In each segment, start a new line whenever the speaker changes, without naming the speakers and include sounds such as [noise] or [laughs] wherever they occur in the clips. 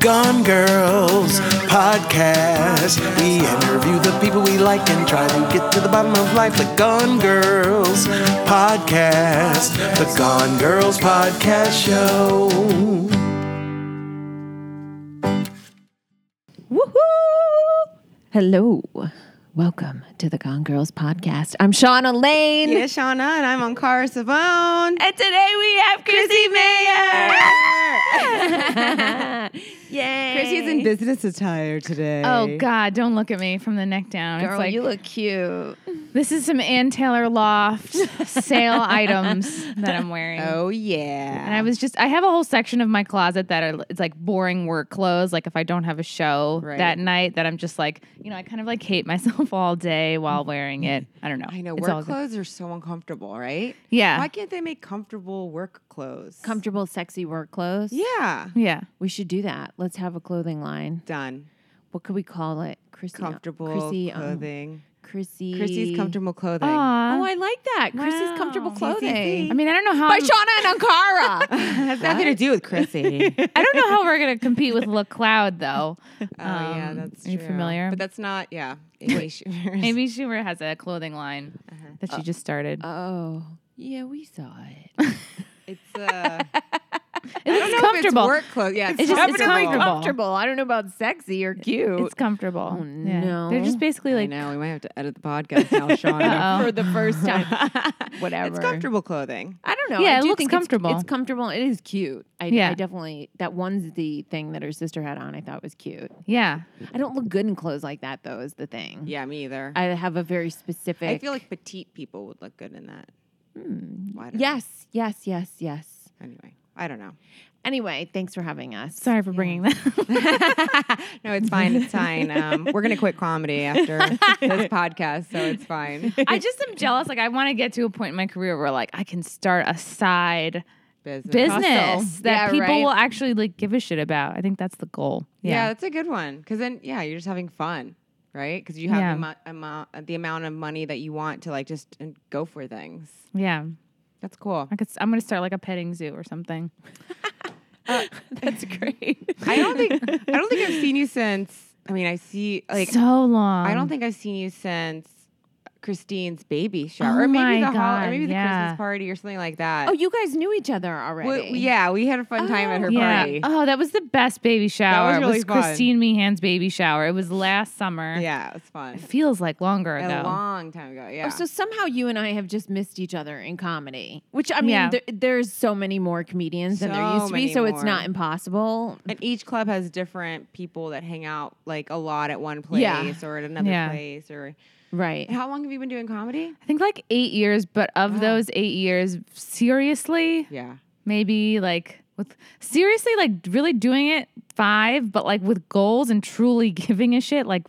Gone Girls podcast. We interview the people we like and try to get to the bottom of life. The Gone Girls podcast. The Gone Girls podcast show.
Woohoo! Hello. Welcome to the Gone Girls podcast. I'm Shauna Lane.
Yeah, Shauna, and I'm on Cara Savone.
And today we have Chrissy [laughs] Mayer. Yay.
Chrissy's in business attire today.
Oh God! Don't look at me from the neck down.
Girl,
it's like
you look cute.
this is some Ann
[laughs]
Taylor Loft sale items that I'm wearing.
Oh yeah.
And I was just—I have a whole section of my closet that are it's like boring work clothes. Like if I don't have a show
Right.
that night, that I'm just like, you know, I kind of like hate myself [laughs] all day while wearing it. I don't know.
I know
It's all
work
good.
clothes are so uncomfortable, right?
Yeah.
Why can't they make comfortable work clothes?
Comfortable, sexy work clothes.
Yeah.
Yeah.
We should do that. Let's have a clothing line.
Done.
What could we call it? Chrissy.
Comfortable
Chrissy. um,
clothing.
Chrissy.
Chrissy's comfortable clothing.
Aw.
Oh, I like that. Chrissy's
Wow.
comfortable
CCC.
clothing.
I mean, I don't know how.
By
I'm-
Shauna and
[laughs]
Ankara.
Has nothing to do with Chrissy. [laughs] oh
I don't know how we're gonna compete with
[laughs]
LaCloud though. Oh
yeah, that's
Are you
true.
familiar?
But that's not. [laughs] Yeah. Amy Schumer's-
Amy Schumer has a clothing line
Uh-huh.
that
Uh,
she just started.
oh, yeah, we saw it.
[laughs] It's uh.
it
I
looks
don't know if it's
comfortable.
work clothes. Yeah. It's,
It's just- it's
definitely
comfortable.
I don't know about sexy or cute.
It's comfortable.
Oh,
Yeah.
no.
They're just basically
I
like
know. We might have to edit the podcast now, Shauna.
Uh-oh.
for the first time. Whatever.
[laughs] it's comfortable clothing.
I don't know.
Yeah,
I
it
do
looks
think It's,
comfortable.
it's comfortable. It is cute. I, I
Yeah.
definitely that onesie thing that her sister had on. I thought was cute.
yeah.
I don't look good in clothes like that though. Is the thing.
Yeah, me either.
I have a very specific.
I feel like petite people would look good in that. Why don't-
yes, yes, yes, yes.
Anyway, I don't know. [laughs]
Anyway, thanks for having us.
Sorry for bringing that.
no, it's fine. It's fine. Um, we're gonna quit comedy after this podcast, so it's fine.
[laughs] I just am jealous. Like I want to get to a point in my career where like I can start a side
[laughs] Business.
business
Hustle.
that
Yeah,
people
right.
will actually like give a shit about. I think that's the goal.
Yeah.
Yeah.
that's a good one. Because then, yeah, you're just having fun, right? Because you have
Yeah.
the, amou- amount, the amount of money that you want to like just uh, go for things.
Yeah.
That's cool.
I could s- I'm going to start like a petting zoo or something.
[laughs] That's great.
I don't think I don't think
[laughs]
I've seen you since. I mean, I see like
so long.
I don't think I've seen you since Christine's baby shower, or
Oh
maybe the
my
hol- or
God,
maybe the
yeah.
Christmas party or something like that.
Oh, you guys knew each other
Well,
already.
yeah, we had a fun time at her
yeah.
party.
Oh, that was the best baby shower.
was really
it was
fun.
Christine Meehan's baby shower. It was last summer.
Yeah, it was fun.
It feels like longer
A
though.
long time ago. Yeah.
Oh, so somehow you and I have just missed each other in comedy, which I mean,
Yeah.
there, there's so many more comedians than there
So
used to be,
many
so it's not
more.
impossible.
and each club has different people that hang out like a lot at one place
Yeah.
or at another
Yeah.
place. Or
Right.
how long have you been doing comedy?
I think like eight years, but of those eight years, seriously,
Yeah.
maybe like with seriously, like really doing it five, but like with goals and truly [laughs] giving a shit, like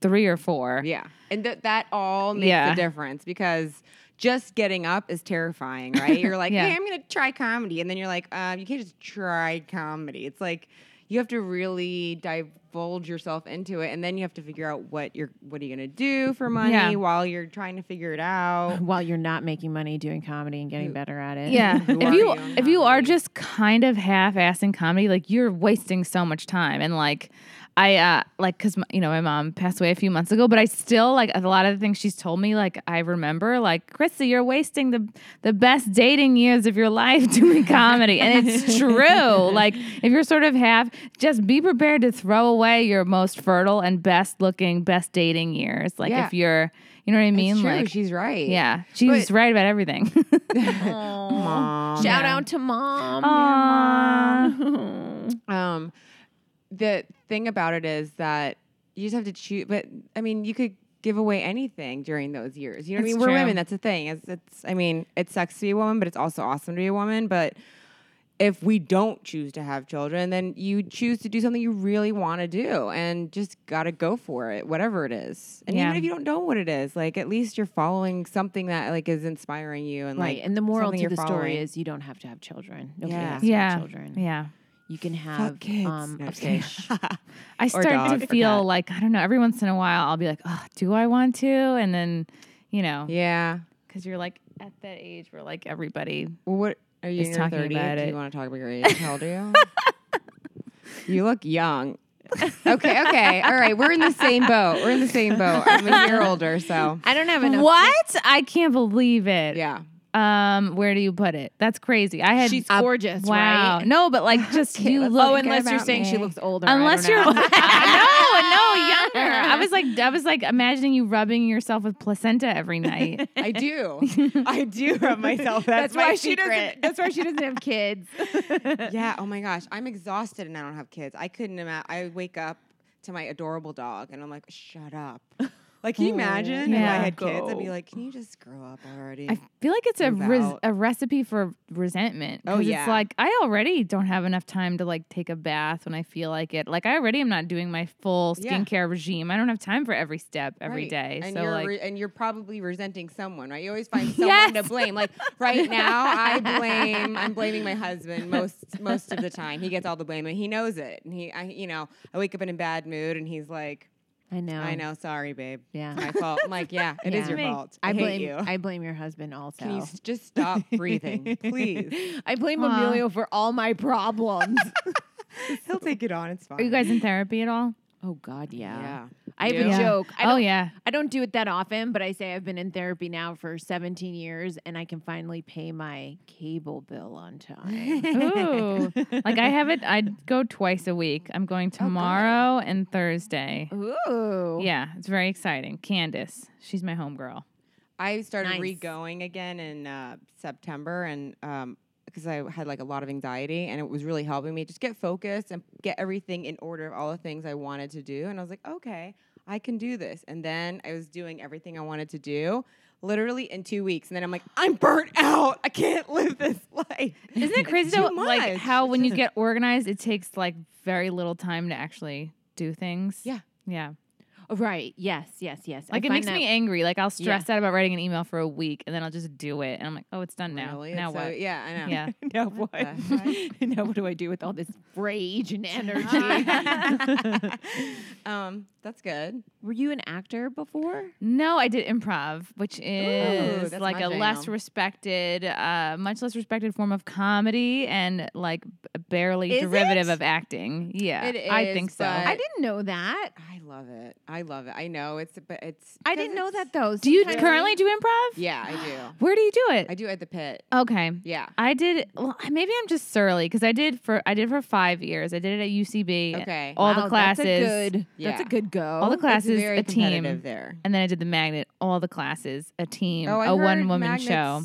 three or four.
Yeah. And th- that all makes
Yeah.
a difference because just getting up is terrifying, right?
[laughs]
You're like,
Yeah.
hey, I'm going to try comedy. And then you're like, um, you can't just try comedy. It's like you have to really divulge yourself into it. And then you have to figure out what you're, what are you going to do for money
Yeah.
while you're trying to figure it out.
While you're not making money doing comedy and getting better at it. [laughs]
[laughs]
Yeah.
Who
if
are
you
you in
if you are
comedy?
just kind of half-assing comedy, like you're wasting so much time and like I uh like cuz you know my mom passed away a few months ago, but I still like a lot of the things she's told me like I remember like Chrissy, you're wasting the the best dating years of your [laughs] life doing comedy.
[laughs]
and it's true. Like if you're sort of half just be prepared to throw away your most fertile and best looking best dating years. Like
Yeah.
if you're you know what I mean?
It's true.
Like
she's right.
yeah, she's right about everything. [laughs]
Mom.
Shout out to
Oh,
mom.
Aw. [laughs]
Um, the thing about it is that you just have to choose. But I mean, you could give away anything during those years. You know, what I
That's
mean, we're
true.
women. That's the thing. It's, it's. I mean, it sucks to be a woman, but it's also awesome to be a woman. But if we don't choose to have children, then you choose to do something you really want to do, and just gotta go for it, whatever it is. And
Yeah.
even if you don't know what it is, like at least you're following something that like is inspiring you. And
Right.
like,
And the moral
something
to
you're
the story
following.
is you don't have to have children. Nobody
Yeah.
has to
yeah.
have children.
Yeah.
You can have
fuck kids.
um
No,
a
I'm just
[laughs]
kidding.
fish.
I start to
dog.
feel
Forgot.
like, I don't know, every once in a while I'll be like, oh, do I want to? And then, you know,
[laughs] yeah.
because you're like at that age where like everybody,
Well, what are you
is
in your
talking
30s?
about
Do
it.
you want to talk about your age? How old are you? You look young. okay, okay. All right. We're in the same boat. We're in the same boat. I'm a year older, so
I don't have enough.
What? I can't believe it.
yeah.
Um, where do you put it? That's crazy. I had
She's
a-
gorgeous,
Wow.
right?
No, but
[laughs]
like just you look.
oh, unless you're
about
saying she
me.
looks
[laughs]
older. I
unless
don't
you're
know.
no,
[laughs]
no, younger. I was like, I was like imagining you rubbing yourself with placenta every
[laughs]
night.
I do. I do rub myself. That's,
That's why
my
she
secret.
doesn't. That's why she doesn't [laughs] have kids.
Yeah. Oh my gosh. I'm exhausted and I don't have kids. I couldn't imagine. I wake up to my adorable dog and I'm like, shut up. Like, can you imagine if
Yeah.
I had kids? I'd be
Go.
like, can you just grow up already?
I feel like it's a
Move
res-
out.
a recipe for resentment.
Oh,
'cause
yeah.
it's like I already don't have enough time to like take a bath when I feel like it. Like I already am not doing my full
Yeah.
skincare regime. I don't have time for every step every
Right.
day.
And
So
you're
like,
re- and you're probably resenting someone, right? You always find someone to
Yes.
blame. Like right now, I blame. I'm blaming my husband most most of the time. He gets all the blame, and he knows it. And he, I, you know, I wake up in a bad mood, and he's like,
I know.
"I know, sorry, babe.
Yeah.
It's my fault." I'm like, "Yeah, it
Yeah.
is your
Me.
fault. I,
I
hate
blame
you.
I blame your husband also.
Can
[laughs]
you s- [laughs] just stop breathing, please?
I blame
Aw.
Emilio for all my
[laughs]
problems.
He'll take it on. It's fine.
are you guys in therapy at all?
oh God, yeah.
Yeah.
I have
You?
a
Yeah.
joke. I
oh
don't,
yeah.
I don't do it that often, but I say I've been in therapy now for 17 years, and I can finally pay my cable bill on
[laughs]
time.
Ooh. like I have it I go twice a week. I'm
Oh,
going tomorrow and Thursday.
Ooh.
Yeah, it's very exciting. Candace, she's my homegirl.
I started
Nice.
re-going again in uh, September, and because I had like a lot of anxiety, and it was really helping me just get focused and get everything in order of all the things I wanted to do. And I was like, okay, I can do this. And then I was doing everything I wanted to do, literally in two weeks. And then I'm like, I'm burnt out. I can't live this [laughs] life.
Isn't it crazy
too
though? Like
much.
how
It's
[laughs]
when you
just-
get organized, it takes like very little time to actually do things.
Yeah.
Yeah.
Right. Yes. Yes. Yes. I
Like it
find
makes
that-
me angry. Like I'll stress out about writing an email for a week and then I'll just do it. And I'm like, oh, it's done now.
Really?
Now
So,
what?
Yeah, I know.
[laughs] Yeah.
[laughs] Now what?
the
[laughs]
heck?
now what do I do with all
[laughs]
this rage and [laughs] energy?
um, that's good.
Were you an actor before?
No, I did improv, which is
that's
like
my
a less
jam.
respected, uh, much less respected form of comedy and like b- barely
Is
derivative
it?
of acting. Yeah,
It
I
is,
think so.
but-
I didn't know that.
I love it. I love it. I know it's, but it's.
I
'cause
didn't know
it's-
that though.
do you
Sometimes-
currently do improv?
Yeah, I
[gasps]
do.
Where do you do
I
it?
do at the pit.
okay.
Yeah.
I did well. Maybe I'm just surly because I did for I did for five years. I did it at UCB.
Okay.
all the
Wow,
classes,
That's a good. That's
Yeah.
a good go.
all the classes,
it's very
a team,
competitive there.
and then I did the magnet. All the classes, a team,
Oh, I
a
heard
one woman
Magnet's
show.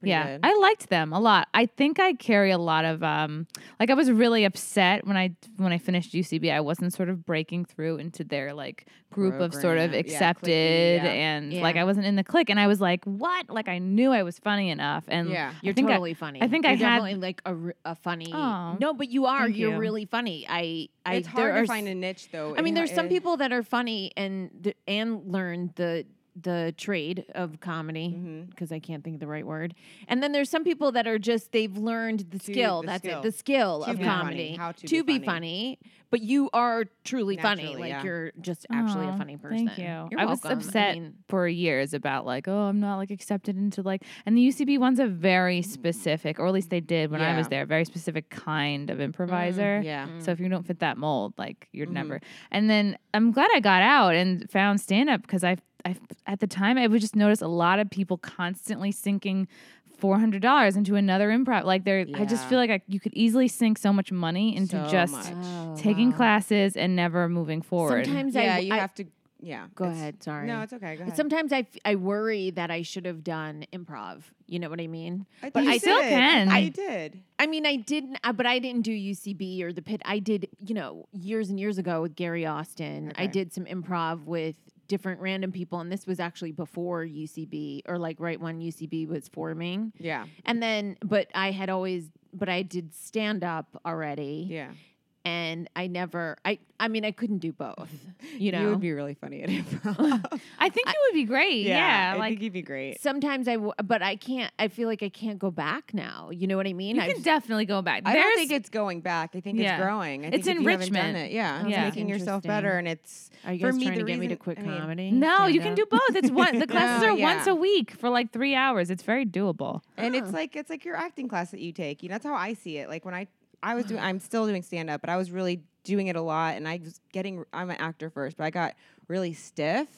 pretty
yeah,
good.
I liked them a lot. I think I carry a lot of um, like I was really upset when I when I finished UCB. I wasn't sort of breaking through into their like group of sort of
Program. Yeah, cliquey,
accepted
yeah.
and like
Yeah.
I wasn't in the clique. And I was like, what? Like I knew I was funny enough. And
Yeah.
I
You're
think I-
totally funny.
I think
You're
I had-
definitely like a, r- a funny.
Aw,
no, but you are.
thank
You're
you.
really funny. I. I
it's
there
hard
are
to
s-
find a niche though.
I mean,
in-
there's some
in-
people that are funny and th- and learn the the trade of comedy
Mhm.
because I can't think of the right word. And then there's some people that are just they've learned the
To-
skill.
the
That's
skill.
it, the skill
To
of
be funny,
comedy.
how to
to
be
be
funny.
funny, but you are truly funny.
Naturally,
Like
yeah.
you're just actually
Aw,
a funny person.
Thank you.
You're
I was
welcome.
upset
mean,
for years about like, oh, I'm not like accepted into like, and the UCB one's a very specific, or at least they did when I was
Mm. Yeah. Mm,
there, a very specific kind of improviser.
yeah. Mm-hmm.
So if you don't fit that mold, like you're
Mhm.
never. And then I'm glad I got out and found stand up because I, I, at the time, I would just notice a lot of people constantly sinking. Four hundred dollars into another improv, like there. I just
Yeah.
feel like I, you could easily sink so much money into
So
just
much. Uh-huh.
taking
wow.
classes and never moving
oh.
forward.
Sometimes I,
Yeah,
w-
you
I-
have to. Yeah.
go
it's-
ahead. Sorry.
No, it's okay. Go ahead.
Sometimes I, f- I worry that I should have done improv. You know what I mean? but
think
I
you
still
did.
can.
I did.
I mean, I didn't, uh, but I didn't do UCB or the pit. I did, you know, years and years ago with Gary Austin. I
Okay.
did some improv with different random people, and this was actually before UCB or like right when UCB was forming.
Yeah.
And then, but I had always, but I did stand up already,
Yeah.
and I never, I, I mean, I couldn't do
[laughs]
both. You know,
you would be really funny at [laughs] improv.
I think it would be great.
yeah.
Yeah,
I
like
think you'd be great.
sometimes I, w- but I can't. I feel like I can't go back now. You know what I mean?
you
I've-
can definitely go back.
I don't
There's-
think it's going back. I think
Yeah.
it's growing. I
It's
think if you haven't done
enrichment.
it, Yeah.
Yeah.
It's making yourself
Interesting.
better, and it's.
Are you
for
guys
me,
trying
the
to get me to
reason-
quit
I mean-
comedy?
no, you
stand
can
up?
do both. It's one. The classes
No,
are once
yeah.
a week for like three hours. It's very doable.
And
Huh.
Oh.
it's like it's like your acting class that you take. You know, that's how I see it. Like when I I was
Uh-huh.
doing I'm still doing stand up, but I was really doing it a lot and I was getting I'm an actor first, but I got really stiff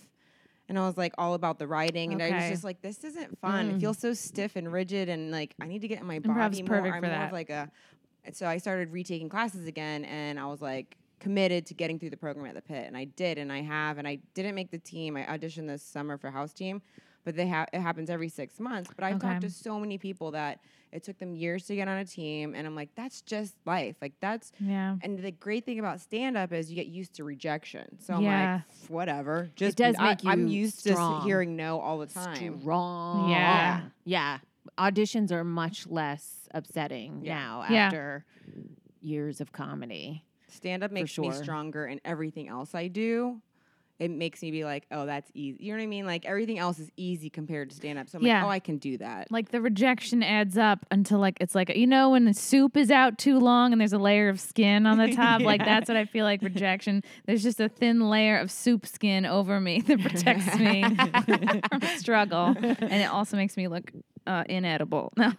and I was like all about the writing and I was
Okay. Mm.
just like this isn't fun. It feels so stiff and rigid and like I need to get in my
Improv's
body more.
perfect
I'm
for
more of
that.
like a and so I started retaking classes again and I was like committed to getting through the program at the pit and I did and I have and I didn't make the team. I auditioned this summer for house team, but they ha- it happens every 6 months, but I've
Okay.
talked to so many people that it took them years to get on a team and I'm like that's just life. Like that's
Yeah.
and the great thing about stand up is you get used to rejection. So I'm
Yeah.
like, whatever. Just
does
I,
make
I'm
you
used
strong.
to hearing no all the time.
Strong.
Yeah.
Yeah. Auditions are much less upsetting now
Yeah.
after years of comedy.
Stand up makes me
sure.
stronger in everything else I do. It makes me be like, oh, that's easy. You know what I mean? Like everything else is easy compared to stand up. So I'm
Yeah.
like, oh, I can do that.
Like [laughs] the rejection adds up until like it's like you know when the soup is out too long and there's a layer of skin on the top. Like that's what I feel like rejection. There's just a thin layer of soup skin over me [laughs] that protects me from struggle, and it also makes me look uh, inedible. [laughs] No,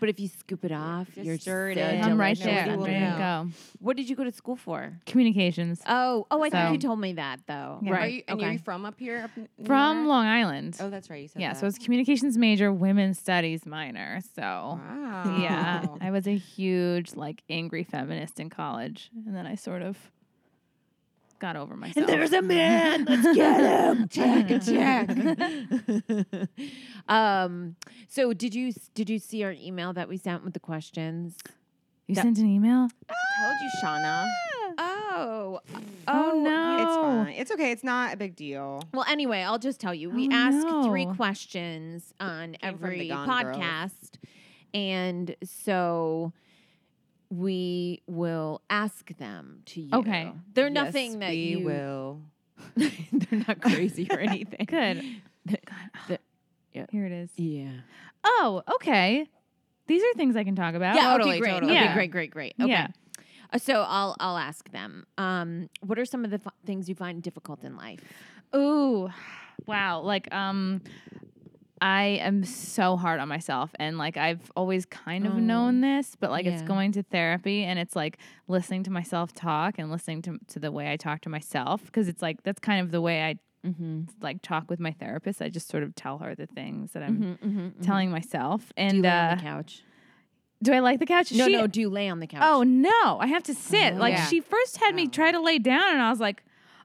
But if you scoop it off,
just
you're
stir it
so
in.
I'm right
delicious.
there.
Nobody
I'm
will
ready to
know.
go.
What did you go to school for?
Communications
Oh, oh, I
So-
think you told me that though.
Yeah.
Are
Right.
you, and
okay.
are you from up here? Up n- New
from
York?
Long Island.
Oh, that's right. You said
yeah,
that.
so it's communications major, women's studies minor. So.
wow.
Yeah, I was a huge like angry feminist in college, and then I sort of got over myself. [laughs]
a man. Let's get [laughs] him. Check, check. [laughs] um. So did you did you see our email that we sent with the questions?
you sent an email.
I told you, Shauna.
Oh. Oh,
no.
It's
Oh.
fine. It's okay. It's not a big deal.
Well, anyway, I'll just tell you. We
Oh,
ask three
no.
questions on
came from the
every
Gone Girls.
podcast. And so we will ask them to you.
Okay.
They're
Yes,
nothing that
we
you
will.
[laughs] They're not crazy
[laughs]
or anything.
Good. ah.
the- yeah.
Here it is.
Yeah.
Oh, okay. These are things I can talk about.
Yeah,
Totally,
okay, great.
totally.
Okay,
Yeah.
great, great, great. Okay.
Yeah.
Uh, So I'll I'll ask them. Um, what are some of the f- things you find difficult in life?
Ooh, wow. Like, um, I am so hard on myself, and like I've always kind of
Oh,
known this, but like it's
yeah.
going to therapy, and it's like listening to myself talk and listening to to the way I talk to myself, because it's like that's kind of the way I
Mm-hmm.
like talk with my therapist. I just sort of tell her the things that I'm
mm-hmm.
telling myself. And
do you lay
uh,
on the couch?
do I like the couch?
No,
She-
no. Do you lay on the couch?
Oh no, I have to sit.
Oh.
Like
Yeah.
she first had me try to lay down, and I was like,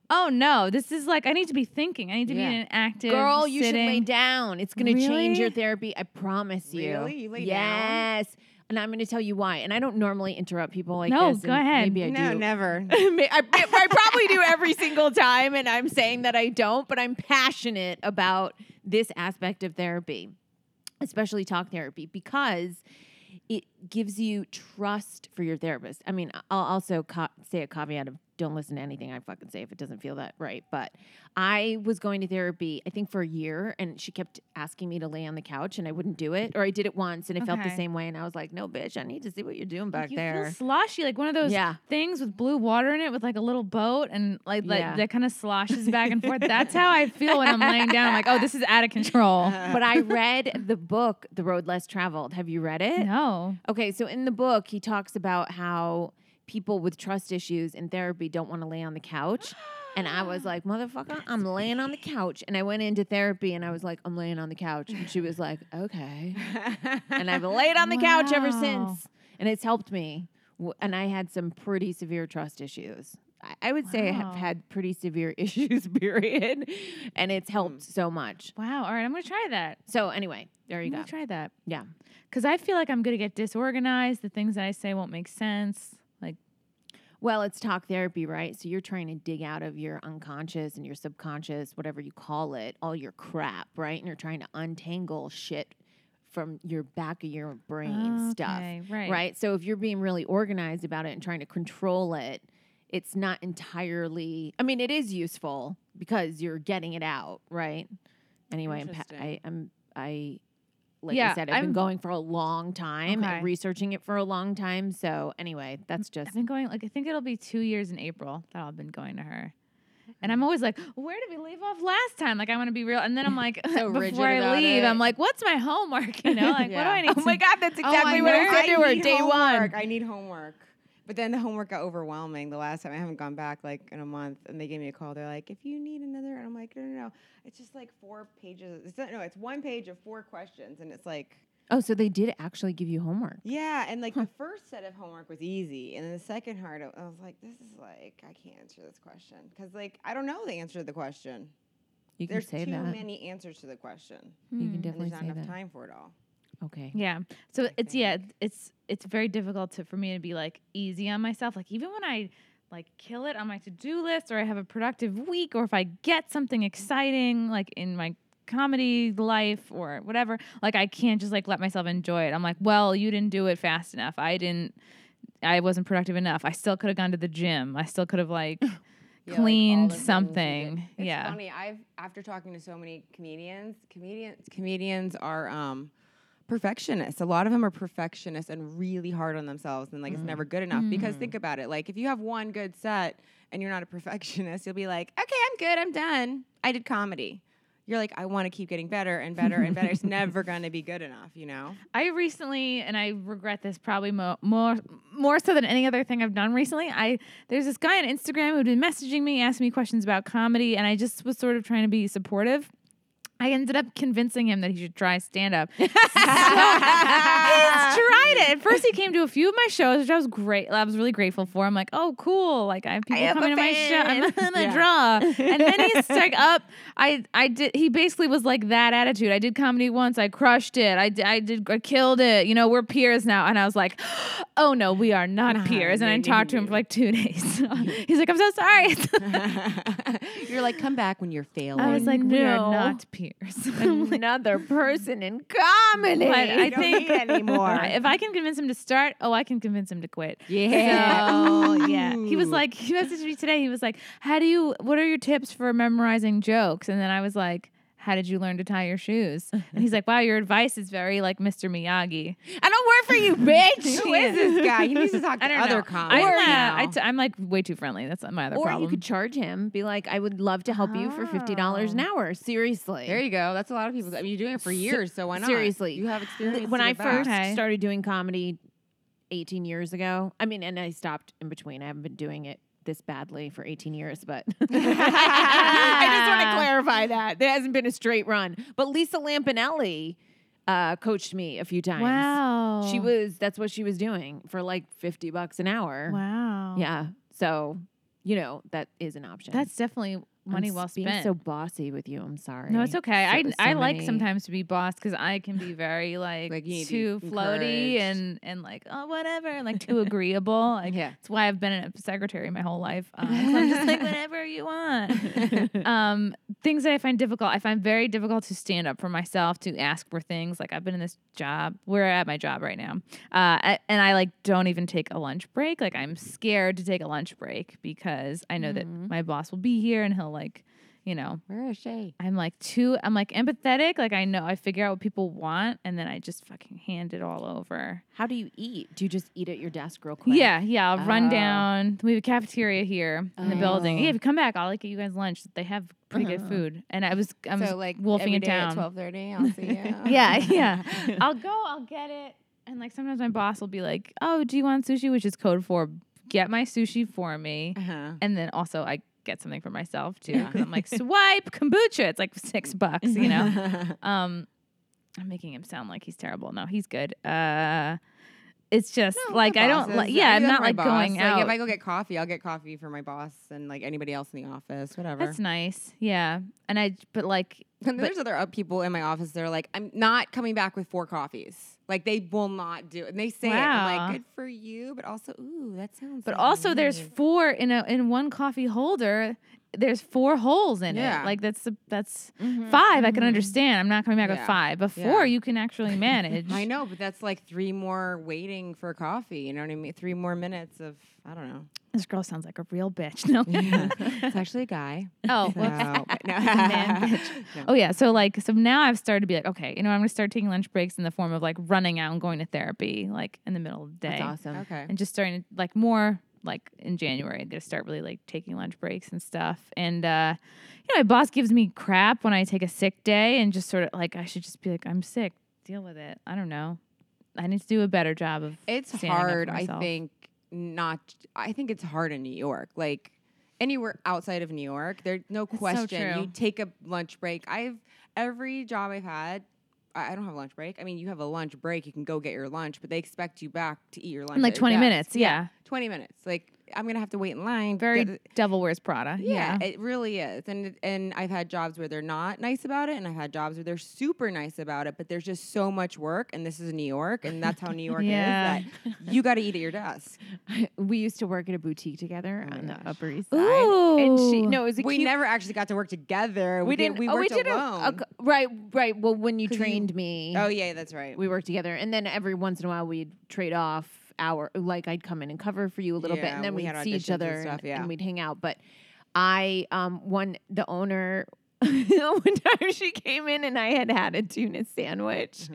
"Oh no, this is like I need to be thinking. I need to
Yeah.
be in an active
girl, you should lay
sitting-
down. It's going to change your
Really?
therapy. I promise you.
Really? You lay down?
yes. And I'm going to tell you why. And I don't normally interrupt people like
No,
this.
go
and
ahead.
Maybe I
no,
do. [laughs] Oh
never. [laughs]
May- I, I probably do every single time, and I'm saying that I don't, but I'm passionate about this aspect of therapy, especially talk therapy, because it gives you trust for your therapist. I mean, I'll also co- say a caveat of don't listen to anything I fucking say if it doesn't feel that right. But I was going to therapy, I think, for a year, and she kept asking me to lay on the couch, and I wouldn't do it. Or I did it once, and it felt the
Okay.
same way, and I was like, no, bitch, I need to see what you're doing back
You
there.
feel sloshy, like one of those
Yeah.
things with blue water in it, with like a little boat, and like, like
Yeah.
that kind of sloshes back and forth. That's how I feel when I'm laying down. I'm like, "Oh, this is out of [laughs] control."
but I read the book, The Road Less Traveled. Have you read it?
no,
Okay, so in the book, he talks about how people with trust issues in therapy don't want to lay on the couch. And I was like,
[gasps]
motherfucker, I'm laying on the couch. And I went into therapy and I was like, I'm laying on the couch. And she was like, okay. And I've laid on the couch ever
[laughs] Wow.
since. And it's helped me. W- And I had some pretty severe trust issues. I- I would say I
Wow.
have had pretty severe [laughs] issues, period. And it's helped so much.
wow. All right, I'm gonna try that.
So, anyway, there you
I'm
go.
gonna try that.
Yeah.
Because I feel like I'm going to get disorganized. The things that I say won't make sense. Like,
Well, it's talk therapy, right? So you're trying to dig out of your unconscious and your subconscious, whatever you call it, all your crap, right? And you're trying to untangle shit from your back of your brain stuff,
Okay, right.
right? So if you're being really organized about it and trying to control it, it's not entirely, I mean, it is useful because you're getting it out, right? Anyway, I'm, pa- I,
Interesting.
I'm, I, like I
Yeah,
said, I've
I'm-
been going for a long time
Okay.
and researching it for a long time. So anyway, that's just
I've been going, like, I think it'll be two years in April that I've been going to her. And I'm always like, where did we leave off last time? Like, I want to be real. And then I'm like,
[laughs] So rigid
[laughs] before I
about
leave,
it.
I'm like, what's my homework? [laughs] You know, like, what do
Yeah.
I need?
Oh my
God, that's
exactly what I said to her
need
day
homework.
one.
I need homework. But then the homework got overwhelming the last time. I haven't gone back like in a month, and they gave me a call. They're like, "If you need another," and I'm like, "No, no, no. It's just like four pages. It's not, no, it's one page of four questions, and it's like."
Oh, so they did actually give you homework.
Yeah, and like the first set of homework was easy, and then the second hard, I I was like, "This is like I can't answer this question because like I don't know the answer to the question.
You can
There's
say
too
that.
many answers to the question,
You
Hmm.
can
and there's
definitely
not
say
enough
that.
time for it all."
Okay. [laughs]
Yeah. So it's yeah, it's it's very difficult to for me to be like easy on myself. Like even when I like kill it on my to-do list or I have a productive week or if I get something exciting like in my comedy life or whatever, like I can't just like let myself enjoy it. I'm like, well, you didn't do it fast enough. I didn't I wasn't productive enough. I still could have gone to the gym. I still could have like
[laughs] Yeah, like, all
cleaned
the things you did.
something.
It's
yeah.
funny. I've after talking to so many comedians, comedians, comedians are um, perfectionists. A lot of them are perfectionists and really hard on themselves, and like it's never good enough. Because think about it, like if you have one good set and you're not a [laughs] perfectionist, you'll be like, okay, I'm good, I'm done. I did comedy. You're like, I want to keep getting better and better and better. It's never going to be good enough, you know?
I recently, and I regret this probably mo- more more so than any other thing I've done recently. I there's this guy on Instagram who'd been messaging me, asking me questions about comedy, and I just was sort of trying to be supportive. I ended up convincing him that he should try stand [laughs] up. so he's tried it. At [laughs] first, he came to a few of my shows, which I was great. I was really grateful for. I'm like, oh, cool. Like I have people coming to my show. I'm [laughs] gonna draw. And then [laughs] he's like, up. I I did. He basically was like that attitude. I did comedy once. I crushed it. I did. I did. I killed it. You know, we're peers now. And I was like, [gasps] oh no, we are not peers. And I talked to him for like two [laughs] days. he's like, I'm so sorry. [laughs]
You're like, come back when [laughs] you're failing.
I was like, we are
No.
not peers. [laughs]
[laughs] Another person in comedy.
But I
don't
think
need anymore.
if I can convince him to start, oh, I can convince him to quit.
Yeah.
[laughs] So, yeah. He was like, he messaged me today. He was like, "How do you? What are your tips for memorizing jokes?" And then I was like, "How did you learn to tie your shoes?" And he's like, "Wow, your advice is very like Mr. Miyagi."
I don't work for you,
[laughs]
bitch.
who is this guy? He needs to talk
I
to
don't
other
know.
comics.
I'm, uh,
now.
I t- I'm like way too friendly. That's my other
Or
problem.
you could charge him. Be like, I would love to help you for fifty dollars an hour. Seriously.
There you go. That's a lot of people. I mean, you're doing it for years, so why not?
Seriously,
you have experience.
When
to
I
give back. [laughs]
first
Okay.
started doing comedy, eighteen years ago. I mean, and I stopped in between. I haven't been doing it this badly for eighteen years, but [laughs] I just want [laughs] to clarify that there hasn't been a straight run. But Lisa Lampanelli uh, coached me a few times.
wow.
She was. That's what she was doing for like fifty bucks an hour.
Wow.
Yeah. So, you know, that is an option.
That's definitely
I'm
money
s-
well
being
spent.
so bossy with you. I'm sorry.
No, it's okay. I,
So-
I
so
like
many-
sometimes to be boss because I can be very like,
Like, you need to be
too floaty
encouraged.
and and like oh whatever and
[laughs]
like too agreeable. Like,
Yeah.
that's why I've been a secretary my
[laughs]
whole life. Um, 'cause I'm just like whatever you want. um, things that I find difficult, I find very difficult to stand up for myself to ask for things. Like I've been in this job, we're at my job right now, uh, a- and I like don't even take a lunch break. Like I'm scared to take a lunch break because I know
Mm-hmm.
that my boss will be here and he'll like. You know,
Where is she?
I'm like too. I'm like empathetic. Like I know I figure out what people want, and then I just fucking hand it all over.
How do you eat? Do you just eat at your desk real quick?
Yeah, yeah. I'll run
Oh.
down. We have a cafeteria here in the
Oh.
building. Yeah, if you come back, I'll like get you guys lunch. They have pretty good food, and I was I'm
Uh-huh. So like
wolfing
every
it
day
down.
at twelve thirty. I'll see you.
[laughs]
[laughs]
Yeah, yeah. [laughs] I'll go. I'll get it. And like sometimes my boss will be like, "Oh, do you want sushi?" Which is code for get my sushi for me.
Uh-huh.
And then also I get something for myself too. 'cause I'm like, swipe kombucha. It's like six bucks, you
[laughs]
know? um, I'm making him sound like he's terrible. No, he's good. Uh, it's just
No,
like
my
I don't
bosses.
like.
I
Yeah,
do
I'm
that
not
for my
like
boss.
going out.
Like, if I go get coffee, I'll get coffee for my boss and like anybody else in the office, whatever.
That's nice. Yeah, and I but like
and there's other uh, people in my office that are like, I'm not coming back with four coffees. Like they will not do it. And they say it. I'm
Wow.
like, good for you, but also, ooh, that sounds.
But
like
also, there's
mean.
four in a in one coffee holder. There's four holes in
Yeah. Mm-hmm.
it. Like that's the that's 5 I can understand. I'm not coming back with
Yeah.
five, but four
Yeah.
you
[laughs]
can actually manage.
I know, but that's like three more waiting for coffee. You know what I mean? Three more minutes of I don't know.
This girl sounds like a real bitch. [laughs] No.
[laughs] it's actually a guy.
oh.
So,
[laughs] whoops.
but
[laughs]
no.
Man, bitch.
[laughs] No.
Oh yeah, so like so now I've started to be like, okay, you know, I'm gonna start taking lunch breaks in the form of like running out and going to therapy, like in the middle of the day,
That's awesome.
Okay.
and just starting to, like more like in January. I'm gonna start really like taking lunch breaks and stuff. And uh, you know, my boss gives me crap when I take a sick day and just sort of like I should just be like, I'm sick, deal with it. I don't know. I need to do a better job of.
It's
standing up for
hard, I
myself.
think, not I think it's hard in New York. Like anywhere outside of New York, there's no
so
question.
true.
you take a lunch break. I've every job I've had, I, I don't have a lunch break. I mean, you have a lunch break, you can go get your lunch, but they expect you back to eat your lunch.
In like
at your
20
desk.
minutes, yeah.
20 minutes. Like I'm going to have to wait in line.
Very
Get-
Devil Wears Prada.
yeah, it really is. And it- and I've had jobs where they're not nice about it and I've had jobs where they're super nice about it, but there's just so much work and this is New York and that's
[laughs]
how New York
Yeah.
is that you got to eat at your desk.
[laughs] we used to work at a boutique together on the Upper East Side. And she
Ooh.
no, it was a
Oh We
cute-
never actually got to work together.
we didn't
we
oh, we
worked
did a-
alone.
a c- right, right. Well, when you trained me.
oh yeah, that's right.
we worked together and then every once in a while we'd trade off our like i'd come in and cover for you a little bit
Yeah,
and then
we
we'd
had
see
auditions
each
and
other and,
stuff, yeah.
and we'd hang out but i um one the owner [laughs] one time she came in and i had had a tuna sandwich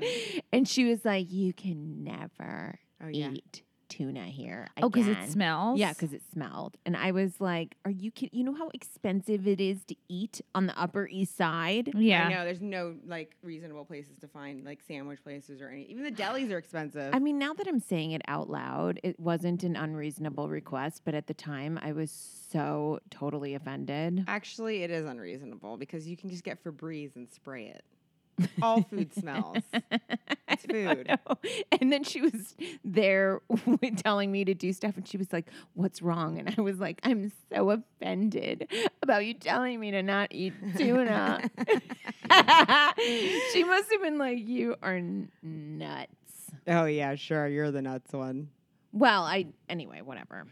and she was like you can never
Mm-hmm. Oh, yeah.
eat tuna here
Oh, because it
again."
smells.
Yeah, because it smelled. And I was like, Are you kidding? You know how expensive it is to eat on the Upper East Side?
yeah.
I know there's no like reasonable places to find like sandwich places or any. Even the delis are expensive.
I mean, now that I'm saying it out loud, it wasn't an unreasonable request, but at the time I was so totally offended.
Actually, it is unreasonable because you can just get Febreze and spray it. All
[laughs]
food smells. It's food.
and then she was there [laughs] with- telling me to do stuff, and she was like, What's wrong? And I was like, I'm so offended about you telling me to not eat tuna. [laughs] she must have been like, You are n- nuts.
Oh yeah, sure. You're the nuts one.
Well, I anyway,
[laughs]
whatever.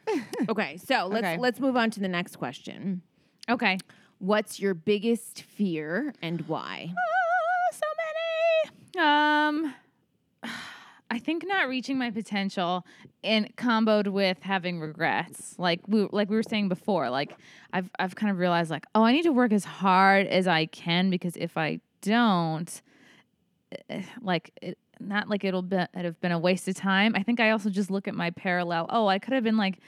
okay, so let's
Okay.
let's move on to the next question.
Okay.
What's your biggest fear and why?
Oh, so many. Um, [sighs] I think not reaching my potential and comboed with having regrets. Like we like we were saying before, like I've I've kind of realized like, oh, I need to work as hard as I can because if I don't eh, like it not like it'll be it have been a waste of time. I think I also just look at my parallel. Oh, I could have been like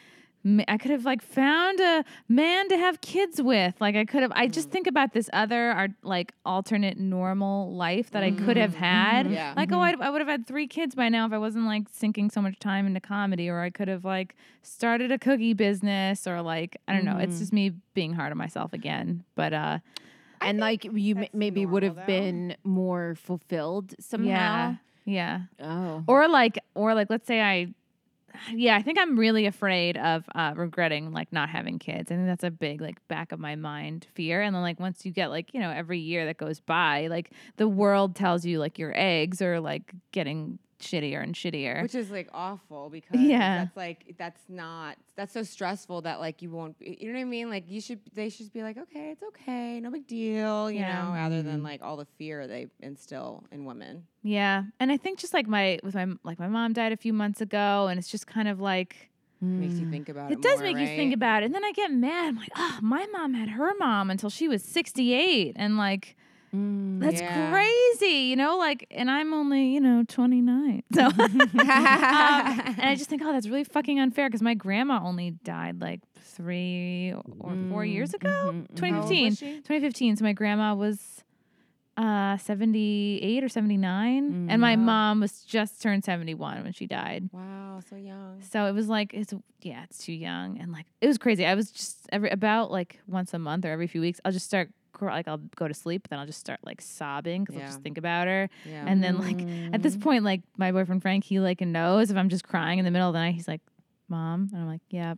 ma- I could have like found a man to have kids with. Like I could have. I just think about this other, our like alternate normal life that I could have had.
Mm-hmm. Yeah.
Like oh, I'd, I would have had three kids by now if I wasn't like sinking so much time into comedy, or I could have like started a cookie business, or like I don't know. It's
Mm-hmm.
just me being hard on myself again. But uh,
and like you m-
that's
maybe would
normal,
have
though.
been more fulfilled
yeah,
somehow.
yeah.
Oh.
or like or like let's say i yeah i think i'm really afraid of uh, regretting like not having kids i think that's a big like back of my mind fear and then like once you get like you know every year that goes by like the world tells you like your eggs are like getting shittier and shittier
Which is like awful because
Yeah.
that's like that's not that's so stressful that like you won't be, you know what I mean? Like you should they should be like, okay, it's okay, no big deal, you
Yeah.
know, rather than like all the fear they instill in women.
yeah and i think just like my with my like my mom died a few months ago and it's just kind of like
Makes you think about it.
Mm. It does
more,
make you think
right?
about it. And then I get mad. I'm like, oh, my mom had her mom until she was 68. And like,
Mm. [laughs]
that's [laughs]
Yeah.
crazy, you know? Like, and I'm only, you know, 29. [laughs] So, um, and I just think, oh, that's really fucking unfair because my grandma only died like three or
Mm-hmm,
four
Mm,
years ago.
mm-hmm,
2015. 2015. So my grandma was uh 78 or 79 and my mom was just turned 71 when she died
Wow, so young.
so it was like it's yeah, it's too young and like it was crazy. I was just every about like once a month or every few weeks, I'll just start cr- like I'll go to sleep, then I'll just start like sobbing because I'll
Yeah.
just think about her.
Yeah.
And then like
Mm.
[laughs] at this point, like my boyfriend Frank, he like knows if I'm just crying in the middle of the night, he's like, "Mom," and I'm like, "Yeah."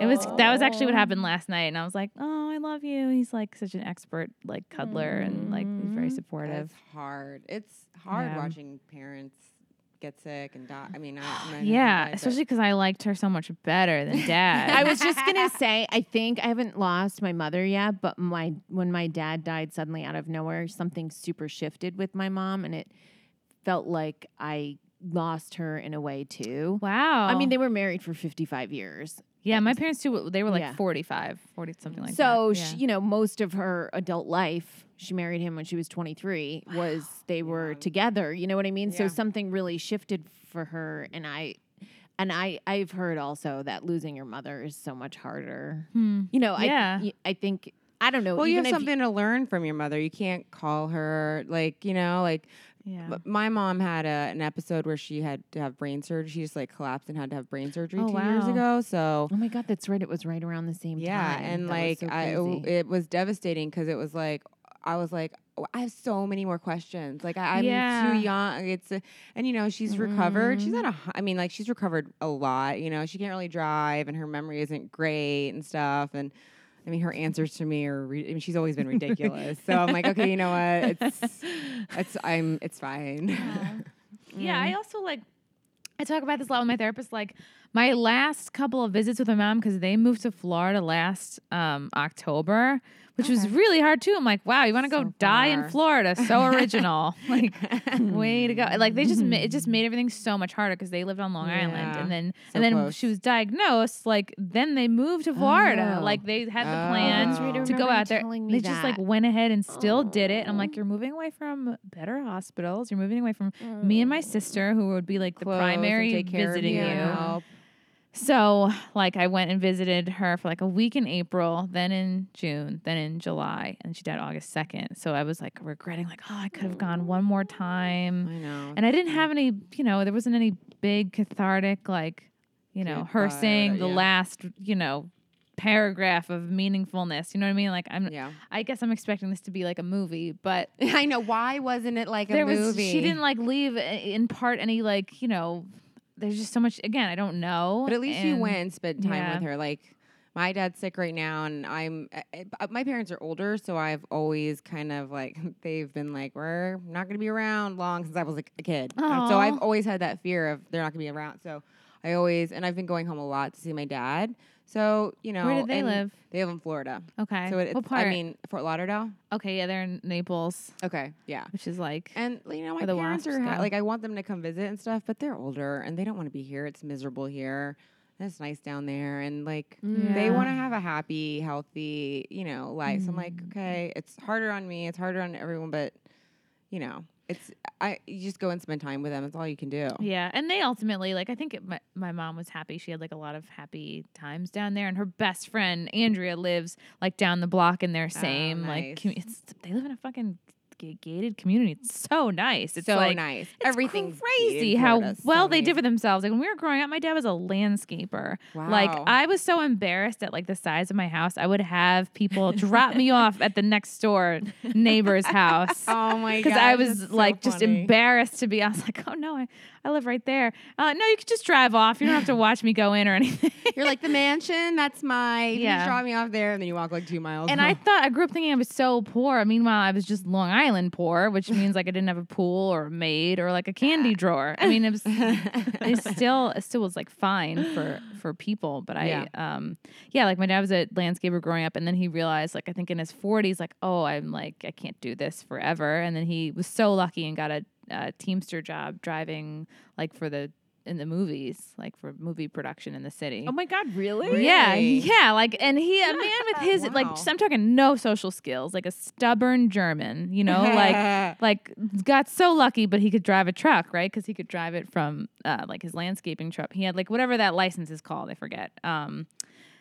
It was that was actually what
Oh.
happened last night, and I was like, "Oh, I love you." He's like such an expert like cuddler and like he's
Mm,
very
[sighs]
supportive.
It's hard. It's hard
Yeah.
watching parents get sick and die. I mean, I, I mean, I
Yeah,
die, but-
especially because I liked her so much better
[laughs]
than Dad.
I was just gonna say, I think I haven't lost my mother yet, but my when my dad died suddenly out of nowhere, something super shifted with my mom, and it felt like I lost her in a way too.
wow.
I mean, they were married for 55 years,
Yeah, my parents too. They were like
Yeah.
45, 40, something like that.
so
Yeah.
she, you know most of her adult life she married him when she was 23 was they were together you know what i mean so
Yeah.
something really shifted for her and i and I I've heard also that losing your mother is so much harder.
Hmm.
You know,
Yeah.
I th- I think I don't know.
Well, you
even
have
if
something to learn from your mother. You can't call her like you know, like
Yeah.
but my mom had a, an episode where she had to have brain surgery. She just like collapsed and had to have brain surgery
Oh,
two years
wow.
ago. So
Oh my god, that's right. It was right around the same
yeah,
time.
and
That was
like
so
I,
crazy.
it, was devastating because it was like I was like "Oh, I have so many more questions. Like I, I'm
Yeah.
too young. It's a, and you know she's recovered. She's not a.
Mm-hmm.
hu- I mean like she's recovered a lot. You know she can't really drive and her memory isn't great and stuff and. I mean, her answers to me are. Re- I mean, she's always been ridiculous. so I'm like, okay, you know what?
[laughs]
It's, it's, I'm, it's fine. [laughs]
Yeah, I also like. I talk about this a lot with my therapist. Like my last couple of visits with my mom because they moved to Florida last um, October, which was really hard too. I'm like, wow, you want to go die in
far.
Florida? So
[laughs]
original, like way to go. Like they just ma- it just made everything so much harder because they lived on Long Island
Yeah,
and then
so
and then
close.
she was diagnosed. Like then they moved to Florida.
Oh.
Like they had the
Oh. That's right, I
plan to go
remember you
out there.
telling me
They just like
that.
went ahead and still did it. I'm like, you're moving away from better hospitals. You're moving away from me and my sister, who would be like the
Close and
primary
take care of
visiting you.
and help.
So, like, I went and visited her for like a week in April, then in June, then in July, and she died August 2nd. So I was like regretting, like, oh, I could have gone one more time.
I know.
And I didn't have any, you know, there wasn't any big cathartic, like, you know, her
Goodbye or
saying
that-
the
yeah.
last, you know, paragraph of meaningfulness. You know what I mean? Like, I'm,
Yeah.
I guess I'm expecting this to be like a movie, but
[laughs] I know. Why wasn't it like
there
a
was
movie?
she didn't like leave i- in part any like you know there's just so much again i don't know
But at least you
and-
went and spent time
yeah.
with her. Like my dad's sick right now, and I'm. I, I- my parents are older, so I've always kind of like [laughs] they've been like we're not going to be around long since I was like a kid. Uh, So
Aw.
I've always had that fear of they're not going to be around. So I always and I've been going home a lot to see my dad. So you know,
Where did they
and
live?
They live in Florida.
okay
So it, it's,
what part
I mean, Fort Lauderdale.
okay yeah they're in naples
Okay, yeah.
which is like
And you know, my
the
parents
wasps
are ha-
go.
like, I want them to come visit and stuff, but they're older and they don't want to be here. It's miserable here. and It's nice down there, and like they
Yeah.
want to have a happy, healthy, you know, life. So I'm like,
Mm.
okay, it's harder on me, it's harder on everyone, but you know, it's I you just go and spend time with them. It's all you can do.
yeah and they ultimately like i think it, my, my mom was happy she had like a lot of happy times down there and her best friend andrea lives like down the block in their same like
Oh, nice.
commu- it's, they live in a fucking g- gated community it's so nice it's
so
like,
nice.
It's
Everything's
crazy how well they did
different.
for themselves. Like when we were growing up, my dad was a landscaper. Like
Wow.
I was so embarrassed at like the size of my house. I would have people drop me off at the next door neighbor's house.
[laughs] Oh
[laughs]
my god!
Because I was like just embarrassed to be. I was like, oh no, I, I live right there. Uh, no, you could just drive off. You don't have to watch me go in or anything. [laughs]
You're like the mansion. That's my. You
Yeah.
just drop me off there, and then you walk like two miles.
And
[laughs]
I thought I grew up thinking I was so poor. Meanwhile, I was just Long Island poor, which means like I didn't have a pool or a maid or like a
[laughs]
candy drawer. I [laughs] mean, it was it still it still was like fine for for people, but I um yeah, like my dad was a landscaper growing up, and then he realized like I think in his forties, like oh, I'm like I can't do this forever, and then he was so lucky and got a, uh teamster job driving like for the in the movies, like for movie production in the city.
oh my god, really?
Yeah,
Really?
yeah. Like, and he a man with his like.
Wow.
just- I'm talking no social skills, like a stubborn German. You
[laughs]
know, like like got so lucky, but he could drive a truck, right? Because he could drive it from uh, like his landscaping truck. He had like whatever that license is called. I forget. Um,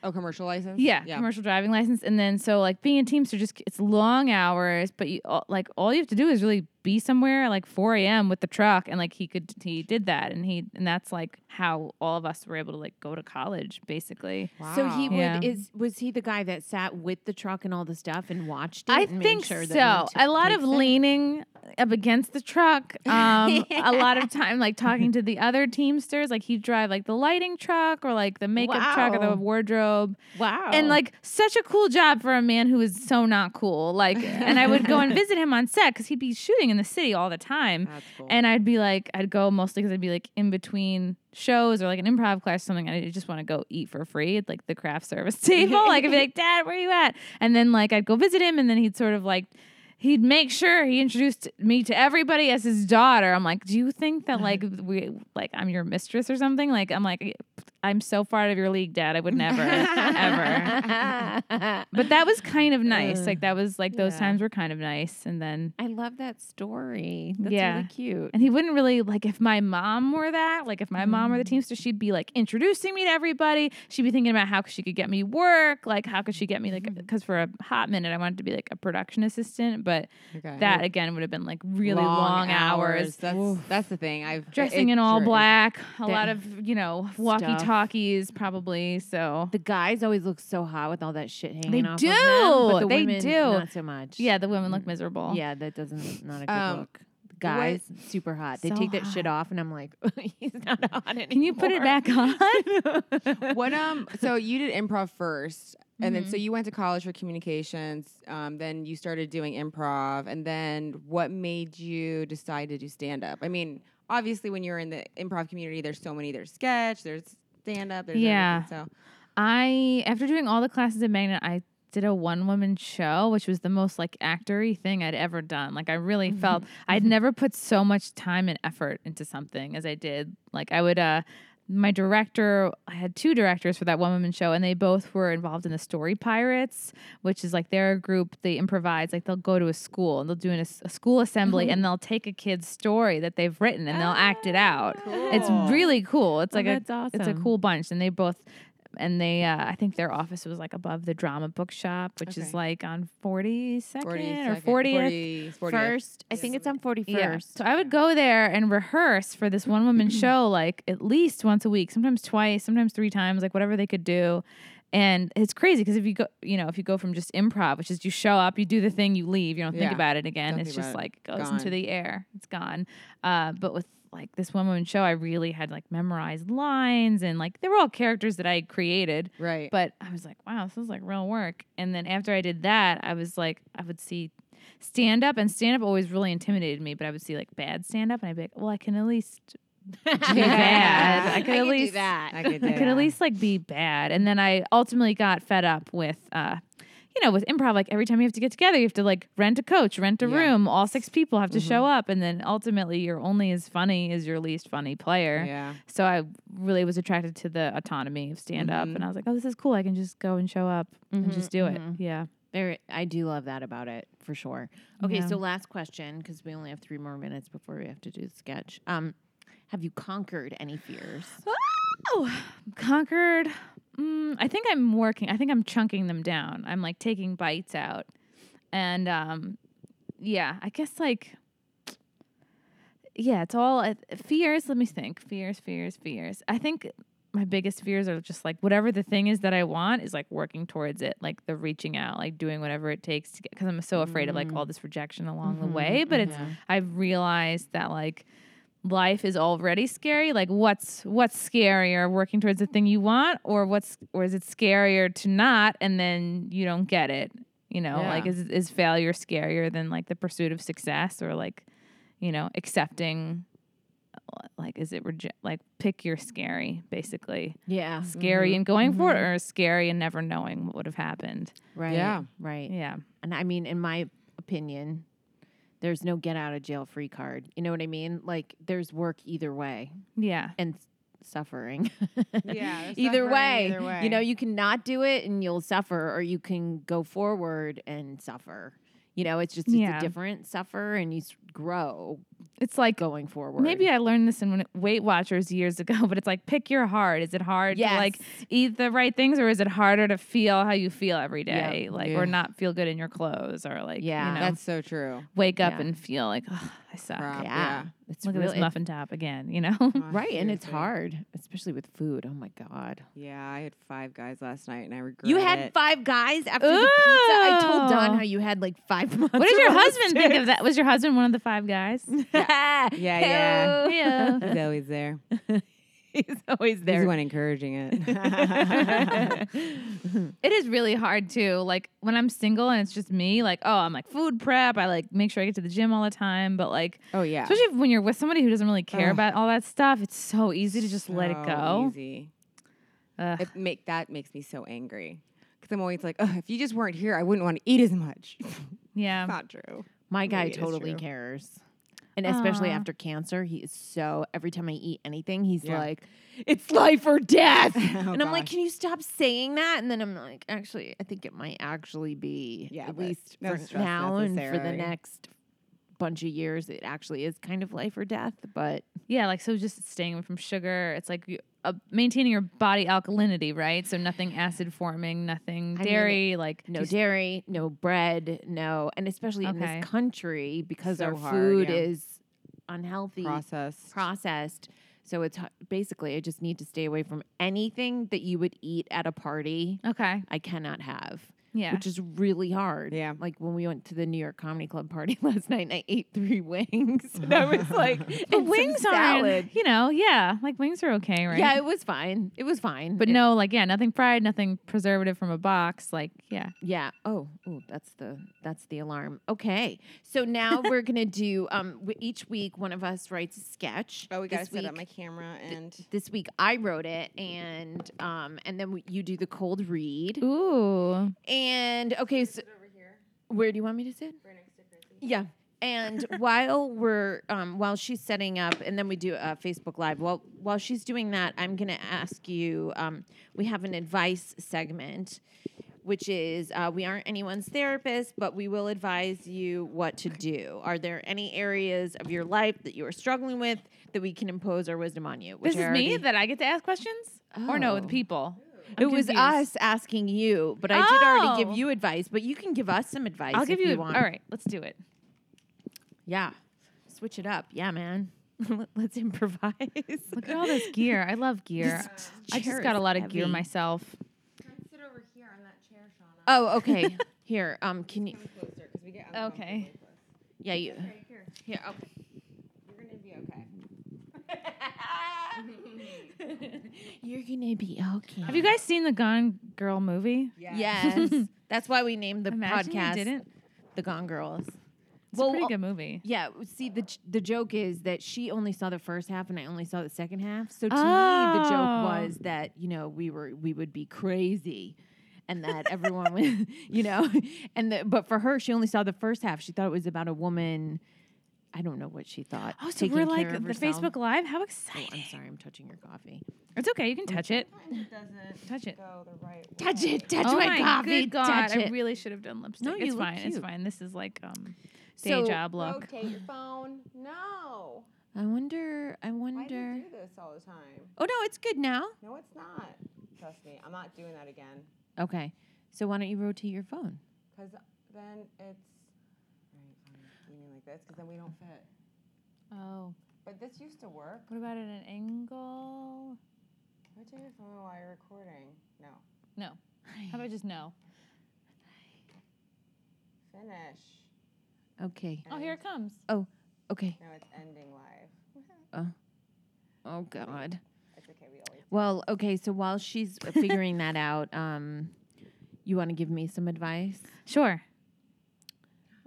oh, commercial license.
yeah,
yeah.
commercial driving license. And then so like being a teamster, just it's long hours, but you all- like all you have to do is really be somewhere like 4 a.m. with the truck, and like he could he did that, and he and that's like how all of us were able to like go to college basically.
So he would
Yeah.
is was he the guy that sat with the truck and all the stuff and watched it?
I
and made
think
sure
so.
That no t-
a lot of
takes it?
leaning up against
[laughs]
the truck. Um, a lot of time like talking to the other teamsters. Like he'd drive like the lighting truck or like the makeup truck or
Wow. Oh.
the wardrobe.
Wow.
And
[laughs]
like such a cool job for a man who is so not cool. Like, and I would
[laughs]
go and visit him on set because he'd be shooting in the city all the time.
That's cool.
And I'd be like, I'd go mostly because I'd be like in between shows or like an improv class or something. And I just want to go eat for free at like the craft service [laughs] table. like I'd be like, Dad, where you at? And then like I'd go visit him, and then he'd sort of like. He'd make sure he introduced me to everybody as his daughter. I'm like, do you think that like we like I'm your mistress or something? Like I'm like, I'm so far out of your league, Dad. I would
[laughs]
never, ever. But that was kind of nice. Like that was like those
Yeah.
times were kind of nice. And then
I love that story. That's
Yeah.
really cute.
and he wouldn't really like if my mom were that, like if my mom were the teamster, she'd be like introducing me to everybody. She'd be thinking about how she could get me work, like how could she get me like because for a hot minute I wanted to be like a production assistant, but
Okay.
that again would have been like really long, hours.
That's that's the thing. I've
Dressing
it-
in all
sure, it-
black, [laughs] a
That-
lot of you know walkie talkies probably. So
The guys always look so hot with all that shit hanging
They
off of them, but
do.
the
They
women,
do.
Not so much.
yeah, the women look miserable.
Yeah, that doesn't not a good
Um,
look. Guys, super hot. They
So
take that shit
hot.
off, and I'm like, [laughs] he's not hot anymore.
Can you put it back on? [laughs]
What um? So you did improv first, and
Mm-hmm.
then so you went to college for communications. Um, then you started doing improv, and then what made you decide to do stand up? I mean, obviously, when you're in the improv community, there's so many. There's sketch. There's stand up. There's
Yeah.
everything, so
I after doing all the classes at Magnet, I did a one woman show, which was the most like actory thing I'd ever done. Like I really felt I'd never put so much time and effort into something as I did. Like I would uh my director I had two directors for that one woman show and they both were involved in the Story Pirates, which is like they're a group they improvise like they'll go to a school and they'll do an, ass- a school assembly and they'll take a kid's story that they've written and they'll act it out. It's really cool. It's like
Oh, that's
a it's a
awesome.
cool cool bunch and they both and they uh, i think their office was like above the drama bookshop which is
Okay.
like on 42nd
42nd,
or 40th
40, 40th.
First, I think it's on 41st.
yeah so i would go there and rehearse for this one
[clears throat]
woman show like at least once a week sometimes twice sometimes three times like whatever they could do and it's crazy because if you go you know if you go from just improv which is you show up you do the thing you leave you don't think
Yeah.
about it again
Don't
it's
think about
just
it.
like goes into
Gone.
the air it's gone uh, but with like this one woman show i really had like memorized lines and like they were all characters that i had created
right.
[laughs] but I was like, wow, this is like real work. And then after I did that, I was like, I would see stand up, and stand up always really intimidated me, but I would see like bad stand up, and I'd be like, well, I can at least
[laughs]
be bad. I
I
could
can
at
do
least.
that.
I could,
I could at least like be bad. And then I ultimately got fed up with, uh, you know, with improv, like every time you have to get together, you have to like rent a coach, rent a
Yeah. Mm-hmm.
room, all six people have to show up. And then ultimately, you're only as funny as your least funny player.
Yeah.
So I really was attracted to the autonomy of stand up,
Mm-hmm.
and I was like, "Oh, this is cool. I can just go and show up and just do
Mm-hmm.
it." Yeah.
There, I do love that about it for sure. Okay,
Yeah.
so last question because we only have three more minutes before we have to do the sketch. Um, have you conquered any fears?
Oh, conquered. Mm, I think I'm working. I think I'm chunking them down. I'm like taking bites out, and um, yeah, I guess like. Yeah, it's all uh, fears. Let me think. Fears, fears, fears. I think my biggest fears are just like whatever the thing is that I want is like working towards it, like the reaching out, like doing whatever it takes to get. Because I'm so afraid of like all this rejection along the way. But it's I've realized that like life is already scary like what's what's scarier working towards the thing you want or what's or is it scarier to not and then you don't get it you know
Yeah.
like is is failure scarier than like the pursuit of success or like you know accepting uh, like is it reje- like pick your scary basically
Yeah, Mm-hmm.
scary and going for it or scary and never knowing what would have happened
right.
Yeah.
right.
yeah
And I mean, in my opinion, there's no get out of jail free card. You know what I mean? Like, there's work either way
yeah
and s- suffering.
Yeah,
[laughs]
there's
either
suffering
way,
either
you know,
way.
you can not do it and you'll suffer, or you can go forward and suffer. You know, it's just it's
Yeah.
a different suffer, and you s- grow
it's like
going forward.
Maybe I learned this in when- Weight Watchers years ago, [laughs] but it's like pick your heart. Is it hard to like
Yes.
eat the right things, or is it harder to feel how you feel every day, like
Yeah.
or not feel good in your clothes, or like
Yeah.
you know,
that's so [laughs] true.
wake up
yeah.
and feel like oh, I suck.
yeah,
Crap.
it's
Look at
real-
this muffin top again, you know.
it- right, and it's
Seriously.
hard, especially with food. Oh my god.
Yeah, I had five guys last night, and I regret
You had
it.
five guys after the pizza. I told Don
Ooh.
how you had like five [laughs] months.
[laughs] what did your husband think of that? Was your husband one of the five guys?
[laughs]
[laughs]
yeah,
Yeah, yeah.
yeah.
He's always [laughs] there.
[laughs] He's always
He's
there. [laughs]
[laughs]
the one encouraging [laughs] it.
It is really hard too. Like when I'm single and it's just me, like oh, I'm like food prep. I like make sure I get to the gym all the time, but like
oh yeah,
Especially if- when you're with somebody who doesn't really care
Ugh.
about all that stuff, it's so easy to just let it
So
go.
Oh, Easy.
Ugh.
It make that makes me so angry because I'm always like, Ugh, if you just weren't here, I wouldn't want to eat as much.
Yeah.
Not true.
My guy
Maybe it is
totally
true.
cares. And especially
Aw.
after cancer, he is so every time I eat anything, he's
Yeah.
like, "It's life or death."
[laughs] Oh,
and I'm like,
gosh.
"Can you stop saying that?" And then I'm like, "Actually, I think it might actually be
Yeah,
at
but
least
no
for
stress
now and for the
necessary.
next bunch of years, it actually is kind of life or death." But
Yeah, like so just staying away from sugar. It's like you, uh, maintaining your body alkalinity, right? So nothing acid forming, nothing
mean,
dairy, like
no
just-
dairy, no bread, no, and especially in
Okay.
this country because
So
our
hard,
food
yeah.
is unhealthy,
process.
processed. So it's h- basically I just need to stay away from anything that you would eat at a party.
Okay.
I cannot have,
Yeah.
which is really hard.
Yeah.
like when we went to the New York Comedy Club party [laughs] last night, and I ate three [laughs] wings, and I
[laughs]
was like,
But
and wings
wings
some salad.
aren't, you know, yeah, like wings are okay, right?
Yeah, it was fine. It was fine.
But
It-
no, like, yeah, nothing fried, nothing preservative from a box. Like, yeah.
Yeah. Oh, ooh, that's the that's the alarm. Okay. So
[laughs]
now we're gonna do. Um, w- each week one of us writes a sketch.
Oh, we
This
gotta set up
week-
my camera and
This week I wrote it, and um, and then we, you do the cold read.
Ooh.
And okay, so where do you want me to sit? Right next to Yeah.
[laughs]
And while we're um, while she's setting up, and then we do a Facebook Live. While while she's doing that, I'm gonna ask you. Um, we have an advice segment, which is uh, we aren't anyone's therapist, but we will advise you what to do. Are there any areas of your life that you are struggling with that we can impose our wisdom on you? Which
This
I
is me
already-
that I get to ask questions? Or no, the
Oh.
people.
It
I'm
was
confused.
us asking you, but I did already
Oh.
give you advice. But you can give us some advice.
I'll give
if
you,
you,
a-
want.
All right, let's do it.
Yeah. Switch it up. Yeah, man. [laughs] Let's improvise.
Look at all this gear. I love gear. I
[laughs] chair
just got a
is
lot of gear
heavy.
myself.
sit [laughs] over here on that chair, Shauna.
Oh,
[laughs]
okay. Here, um, can you?
Closer, because we get
Okay.
Yeah, you.
here.
Here, oh.
[laughs]
okay.
You're gonna be [laughs] okay.
You're gonna be okay.
Have you guys seen the Gone Girl movie?
[laughs]
[laughs]
Yes, that's why we named the
Imagine you
podcast uh,
didn't.
"The Gone Girls."
It's a pretty good movie.
Yeah, see the j- the joke is that she only saw the first half and I only saw the second half. So to me, the
Oh.
joke was that you know we were we would be crazy, and that everyone would [laughs] you know, and the, but for her she only saw the first half. She thought it was about a woman. I don't know what she thought.
Oh, so
taking
we're
care
like
of
the
herself.
Facebook Live? How
Oh, I'm
exciting.
sorry, I'm touching your coffee.
It's okay. You can touch it.
It doesn't
Touch it.
go the right way.
Touch it, touch
oh
my,
my
coffee,
good God.
touch
I
it.
really should have done lipstick.
No, you
it's
look
fine. It's
cute.
fine. This is like um day
So-
job look.
Rotate your phone. No.
I wonder. I
Why do
wonder.
you do this all the time?
Oh no, it's good now.
No, it's not. Trust me, I'm not doing that again.
Okay, so why don't you rotate your phone?
Because then it's. Right, I'm leaning like this, because then we don't fit.
Oh.
But this used to work.
What about at an angle?
Rotate your phone while you're recording. No.
No. How about just no?
Finish.
Okay.
Oh, here it comes.
Oh, okay.
No, it's ending live.
Oh God.
It's okay, we always.
Well, okay. So while [laughs] she's figuring that out, um, you want to give me some advice?
Sure.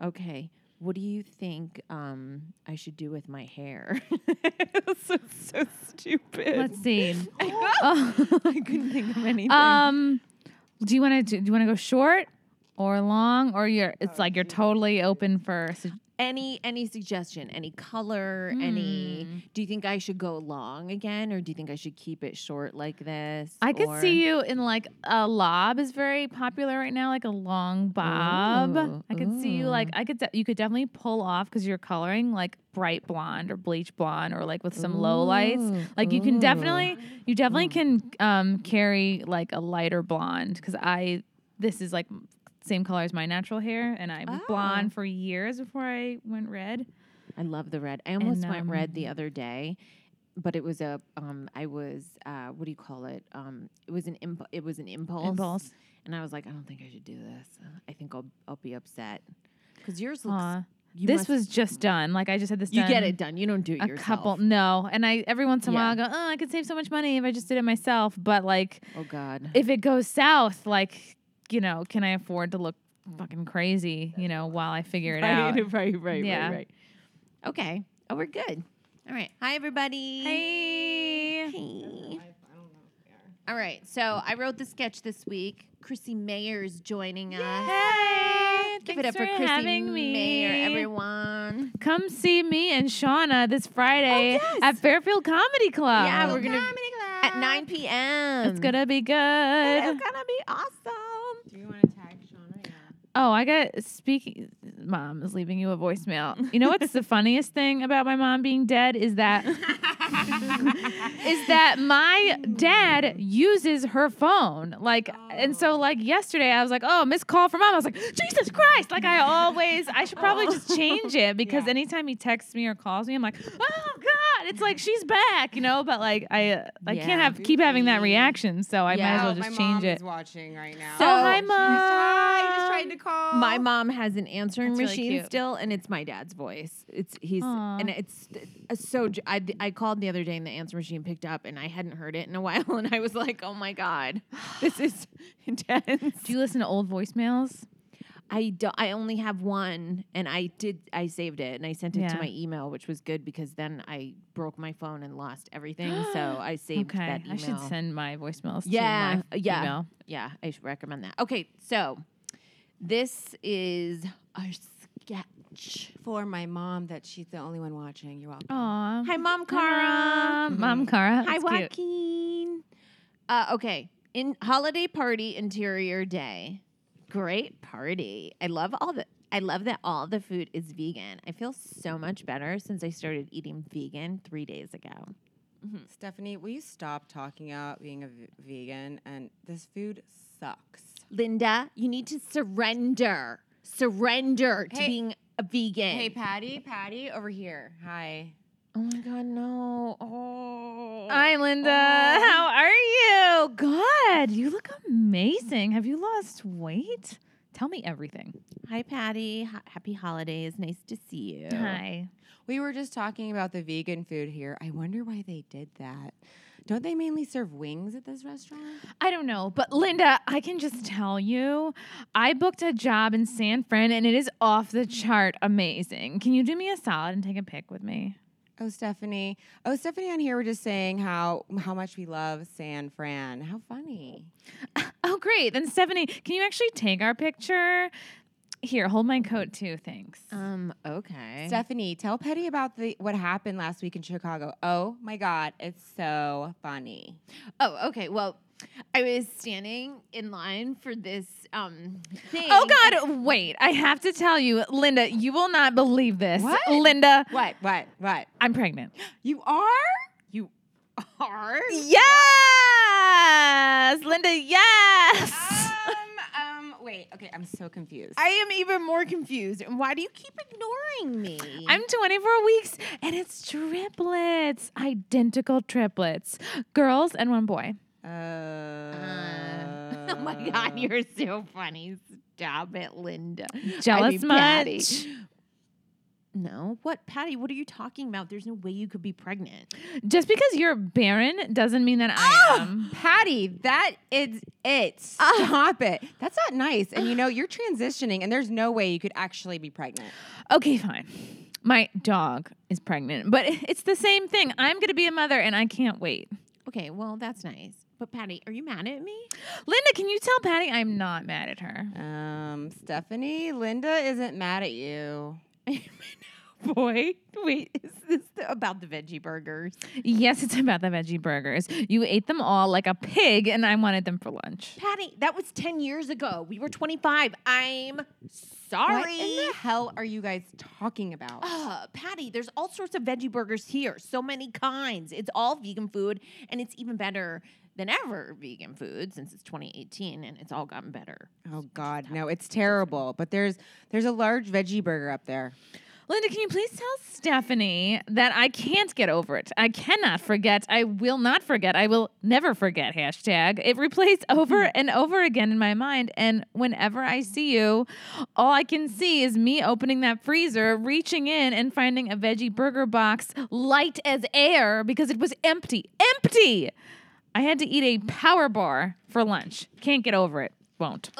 Okay. What do you think um, I should do with my hair? [laughs] so, so stupid. Uh,
Let's
[laughs]
see.
Oh,
Oh.
I couldn't think of anything.
um, do you want to do, do you want to go short or long or you're it's like you're totally open for su-
any any suggestion? Any color? Any? Do you think I should go long again, or do you think I should keep it short like this?
I could
or-
see you in like a lob is very popular right now, like a long bob.
Ooh,
I could see you like
ooh.
I could de- you could definitely pull off because you're coloring like bright blonde or bleach blonde or like with some low lights.
Ooh,
Like you can
ooh. Mm.
definitely you definitely can um, carry like a lighter blonde because I this is like m- same color as my natural hair and I was
Ah.
blonde for years before I went red.
I love the red. I almost went
um,
red the other day, but it was a um I was uh what do you call it? Um it was an imp- it was an impulse.
Impulse.
And I was like, I don't think I should do this. I think I'll I'll be upset. Cuz yours looks
Aw.
you
this
must-
was just done. Like I just had this.
you get
done.
it done. You don't do it
a
yourself.
couple no and i every once in a
Yeah.
while i go oh i could save so much money if i just did it myself but like
Oh
[laughs]
god.
if it goes south like you know can i afford to look fucking crazy you know while i figure
[laughs]
it out
right, right, right,
Yeah.
Okay. Oh, we're good. All right. Hi everybody. Hey.
hey
I don't know if they are.
All right. So, I wrote the sketch this week. Chrissy Mayer's joining us.
Hey,
Give it up
Thanks
for,
for
Chrissy
having me.
Mayer, everyone.
Come see me and Shauna this Friday
Oh, yes.
at Fairfield Comedy Club.
yeah, we're gonna at 9 p.m.
It's gonna be Um, good.
It's gonna be awesome.
Do you want to tag Shauna? Yeah.
Oh, I got speaking. Mom is leaving you a voicemail. You know what's the funniest thing about my mom being dead is that
[laughs]
is that my dad uses her phone. Like, and so like yesterday I was like, oh, missed call from mom. I was like, Jesus Christ! Like I always, I should probably just change it because anytime he texts me or calls me, I'm like, oh God, it's like she's back, you know. But like I, uh, I can't
Yeah.
have keep having that reaction, so I
Yeah.
might as
Oh,
well
my
just
mom
change it.
is watching right now.
So-
oh,
She
hi,
was-
mom.
Hi, I just tried to call.
My mom has an answering
That's really
machine
cute.
still, and it's my dad's voice. It's he's
Aw.
and it's it's so. j- I I called the other day and the answer machine picked up, and I hadn't heard it in a [laughs] while, and I was like, oh my god, this is [laughs] intense.
Do you listen to old voicemails?
I do, I only have one, and I did I saved it and I sent it to
Yeah.
my email, which was good because then I broke my phone and lost everything.
[gasps]
so I saved
Okay,
that email.
I should send my voicemails.
Yeah,
to my
yeah,
Email.
yeah. I should recommend that. Okay, so this is our sketch.
for my mom that she's the only one watching. You're welcome.
Aw,
Hi, Mom, Cara.
Mom, Mom, Cara.
Hi,
That's cute.
Joaquin. Uh, okay. In holiday party interior day. Great party. I love all the I love that all the food is vegan. I feel so much better since I started eating vegan three days ago.
Um, Stephanie, will you stop talking about being a v- vegan? And this food sucks.
Linda, you need to surrender. Surrender to
Hey-
being a vegan.
Hey, Patty, Patty, over here. Hi.
oh my god, no. Oh
Hi, Linda. How are you? God, you look amazing. Have you lost weight? Tell me everything.
Hi Patty. H- happy holidays. Nice to see you.
Hi.
We were just talking about the vegan food here. I wonder why they did that. Don't they mainly serve wings at this restaurant?
I don't know, but Linda, I can just tell you, I booked a job in San Fran and it is off the chart amazing. Can you do me a solid and take a pic with me?
Oh, Stephanie. Oh, Stephanie on here were just saying how how much we love San Fran. How funny.
Oh, great. Then, Stephanie, can you actually take our picture? Here, hold my coat too. Thanks.
Um, okay.
Stephanie, tell Petty about the what happened last week in Chicago. Oh my God, it's so funny.
Oh, okay. Well, I was standing in line for this um thing.
Oh God! Wait, I have to tell you, Linda. You will not believe this,
What?
Linda.
What? What? What?
I'm pregnant.
You are? You are?
Yes, Linda. Yes.
[laughs] Um, um, wait. Okay, I'm so confused.
I am even more confused. And why do you keep ignoring me?
I'm 24 weeks, and it's triplets, identical triplets, girls and one boy.
Uh, [laughs]
Uh, [laughs] oh my god, [laughs] you're so funny. Stop it, Linda.
Jealous
mean, Patty.
much?
No, what, Patty? What are you talking about? There's no way you could be pregnant.
Just because you're barren doesn't mean that I am.
Patty, that is [laughs] it. Stop it. That's not nice. And you know, you're transitioning, and there's no way you could actually be pregnant.
Okay, fine. My dog is pregnant, but it's the same thing. I'm going to be a mother, and I can't wait.
Okay, well that's nice. But Patty, are you mad at me?
Linda, can you tell Patty I'm not mad at her?
Um, Stephanie, Linda isn't mad at you.
Boy, [laughs] wait, is this the, about the veggie burgers?
Yes, it's about the veggie burgers. You ate them all like a pig, and I wanted them for lunch.
Patty, that was 10 years ago. We were 25. I'm
What
sorry.
in the hell are you guys talking about?
Uh, Patty, there's all sorts of veggie burgers here. So many kinds. It's all vegan food, and it's even better than ever vegan food since it's 2018, and it's all gotten better.
Oh God, no, it's terrible. But there's there's a large veggie burger up there.
Linda, can you please tell Stephanie that I can't get over it? I cannot forget. I will not forget. I will never forget. Hashtag. It replays over and over again in my mind. And whenever I see you, all I can see is me opening that freezer, reaching in, and finding a veggie burger box light as air because it was empty. Empty! I had to eat a power bar for lunch. Can't get over it. Won't.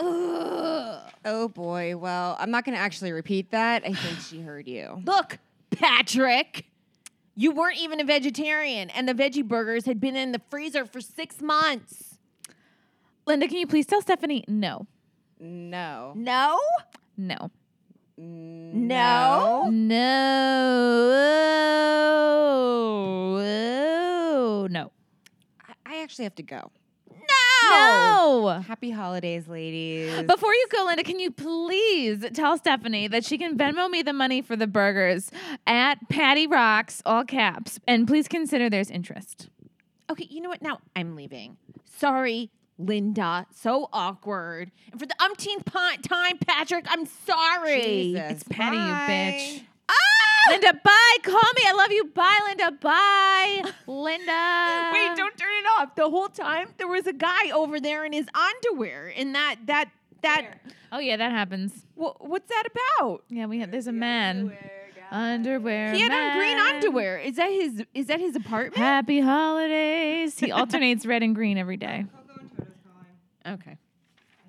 Oh boy. Well, I'm not going to actually repeat that. I think she heard you.
Look, Patrick, you weren't even a vegetarian, and the veggie burgers had been in the freezer for six months.
Linda, can you please tell Stephanie no?
No.
No?
No.
No.
No. No.
I actually have to go.
No.
Happy holidays, ladies.
Before you go, Linda, can you please tell Stephanie that she can Venmo me the money for the burgers at Patty Rocks, all caps, and please consider there's interest.
Okay, you know what? Now I'm leaving. Sorry, Linda. So awkward. And for the umpteenth pon- time, Patrick, I'm sorry.
It's Patty, you bitch.
Ah!
Linda, bye. Call me. I love you. Bye, Linda. Bye, Linda.
[laughs] Wait, don't turn it off. The whole time there was a guy over there in his underwear, and that that that
Oh yeah, that happens.
wha- what's that about?
Yeah, we have. There's a man. Underwear.
He had on green
man.
underwear. Is that his? Is that his apartment?
Happy holidays. He alternates red and green every day.
Okay.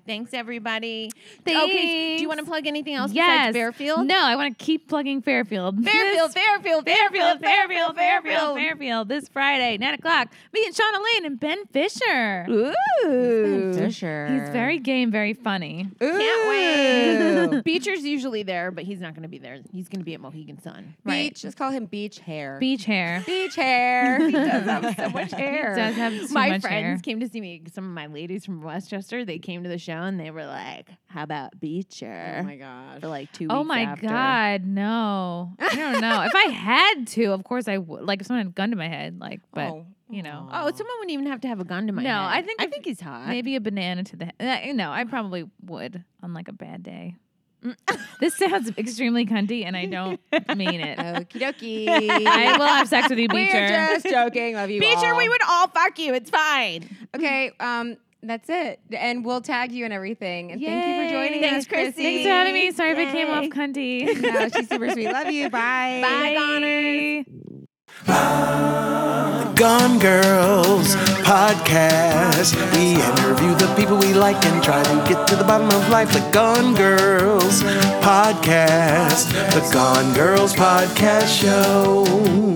Thanks, everybody. Okay,
Thanks.
do you want to plug anything else
yes.
besides Fairfield?
No, I want to keep plugging Fairfield.
Fairfield,
This-
Fairfield,
Fairfield, Fairfield, Fairfield,
Fairfield.
Fairfield. This Friday, nine o'clock. Me and Shauna Lane and Ben Fisher.
Ooh.
Fisher.
He's very gay and very funny.
Can't
[laughs]
wait. [laughs] Beecher's usually there, but he's not going to be there. He's going to be at Mohegan Sun.
Beach. Let's call him Beach Hair.
Beach hair.
Beach Hair. he does have so
[laughs]
much hair.
He does have too
my
much
friends
hair.
came to see me. Some of my ladies from Westchester, they came to the show and they were like, "How about Beecher?"
Oh my gosh.
For like two.
Oh
weeks
my
after.
god, no! I don't know. if I had to, of course I would. Like if someone had a gun to my head, like, but
Oh.
you know,
Oh, someone wouldn't even have to have a gun to my
No,
head.
I think
I
if-
think he's hot.
maybe a banana to the. Head. Uh, no, I probably would on like a bad day. this sounds extremely cunty, and I don't mean it.
Okie dokie.
[laughs] I will have sex
[laughs]
with you,
We're
Beecher.
Oh. just joking. Love you.
Beecher,
all.
we would all fuck you. It's fine.
Okay. Um. That's it. And we'll tag you and everything. And thank you for joining
Yay.
us, Chrissy.
Thanks for having me. Sorry if I came off cunty.
No, she's super sweet. Love
[laughs]
you. Bye.
Bye, Connor.
Gone Girls podcast. We interview the people we like and try to get to the bottom of life. The Gone Girls podcast. The Gone Girls podcast show.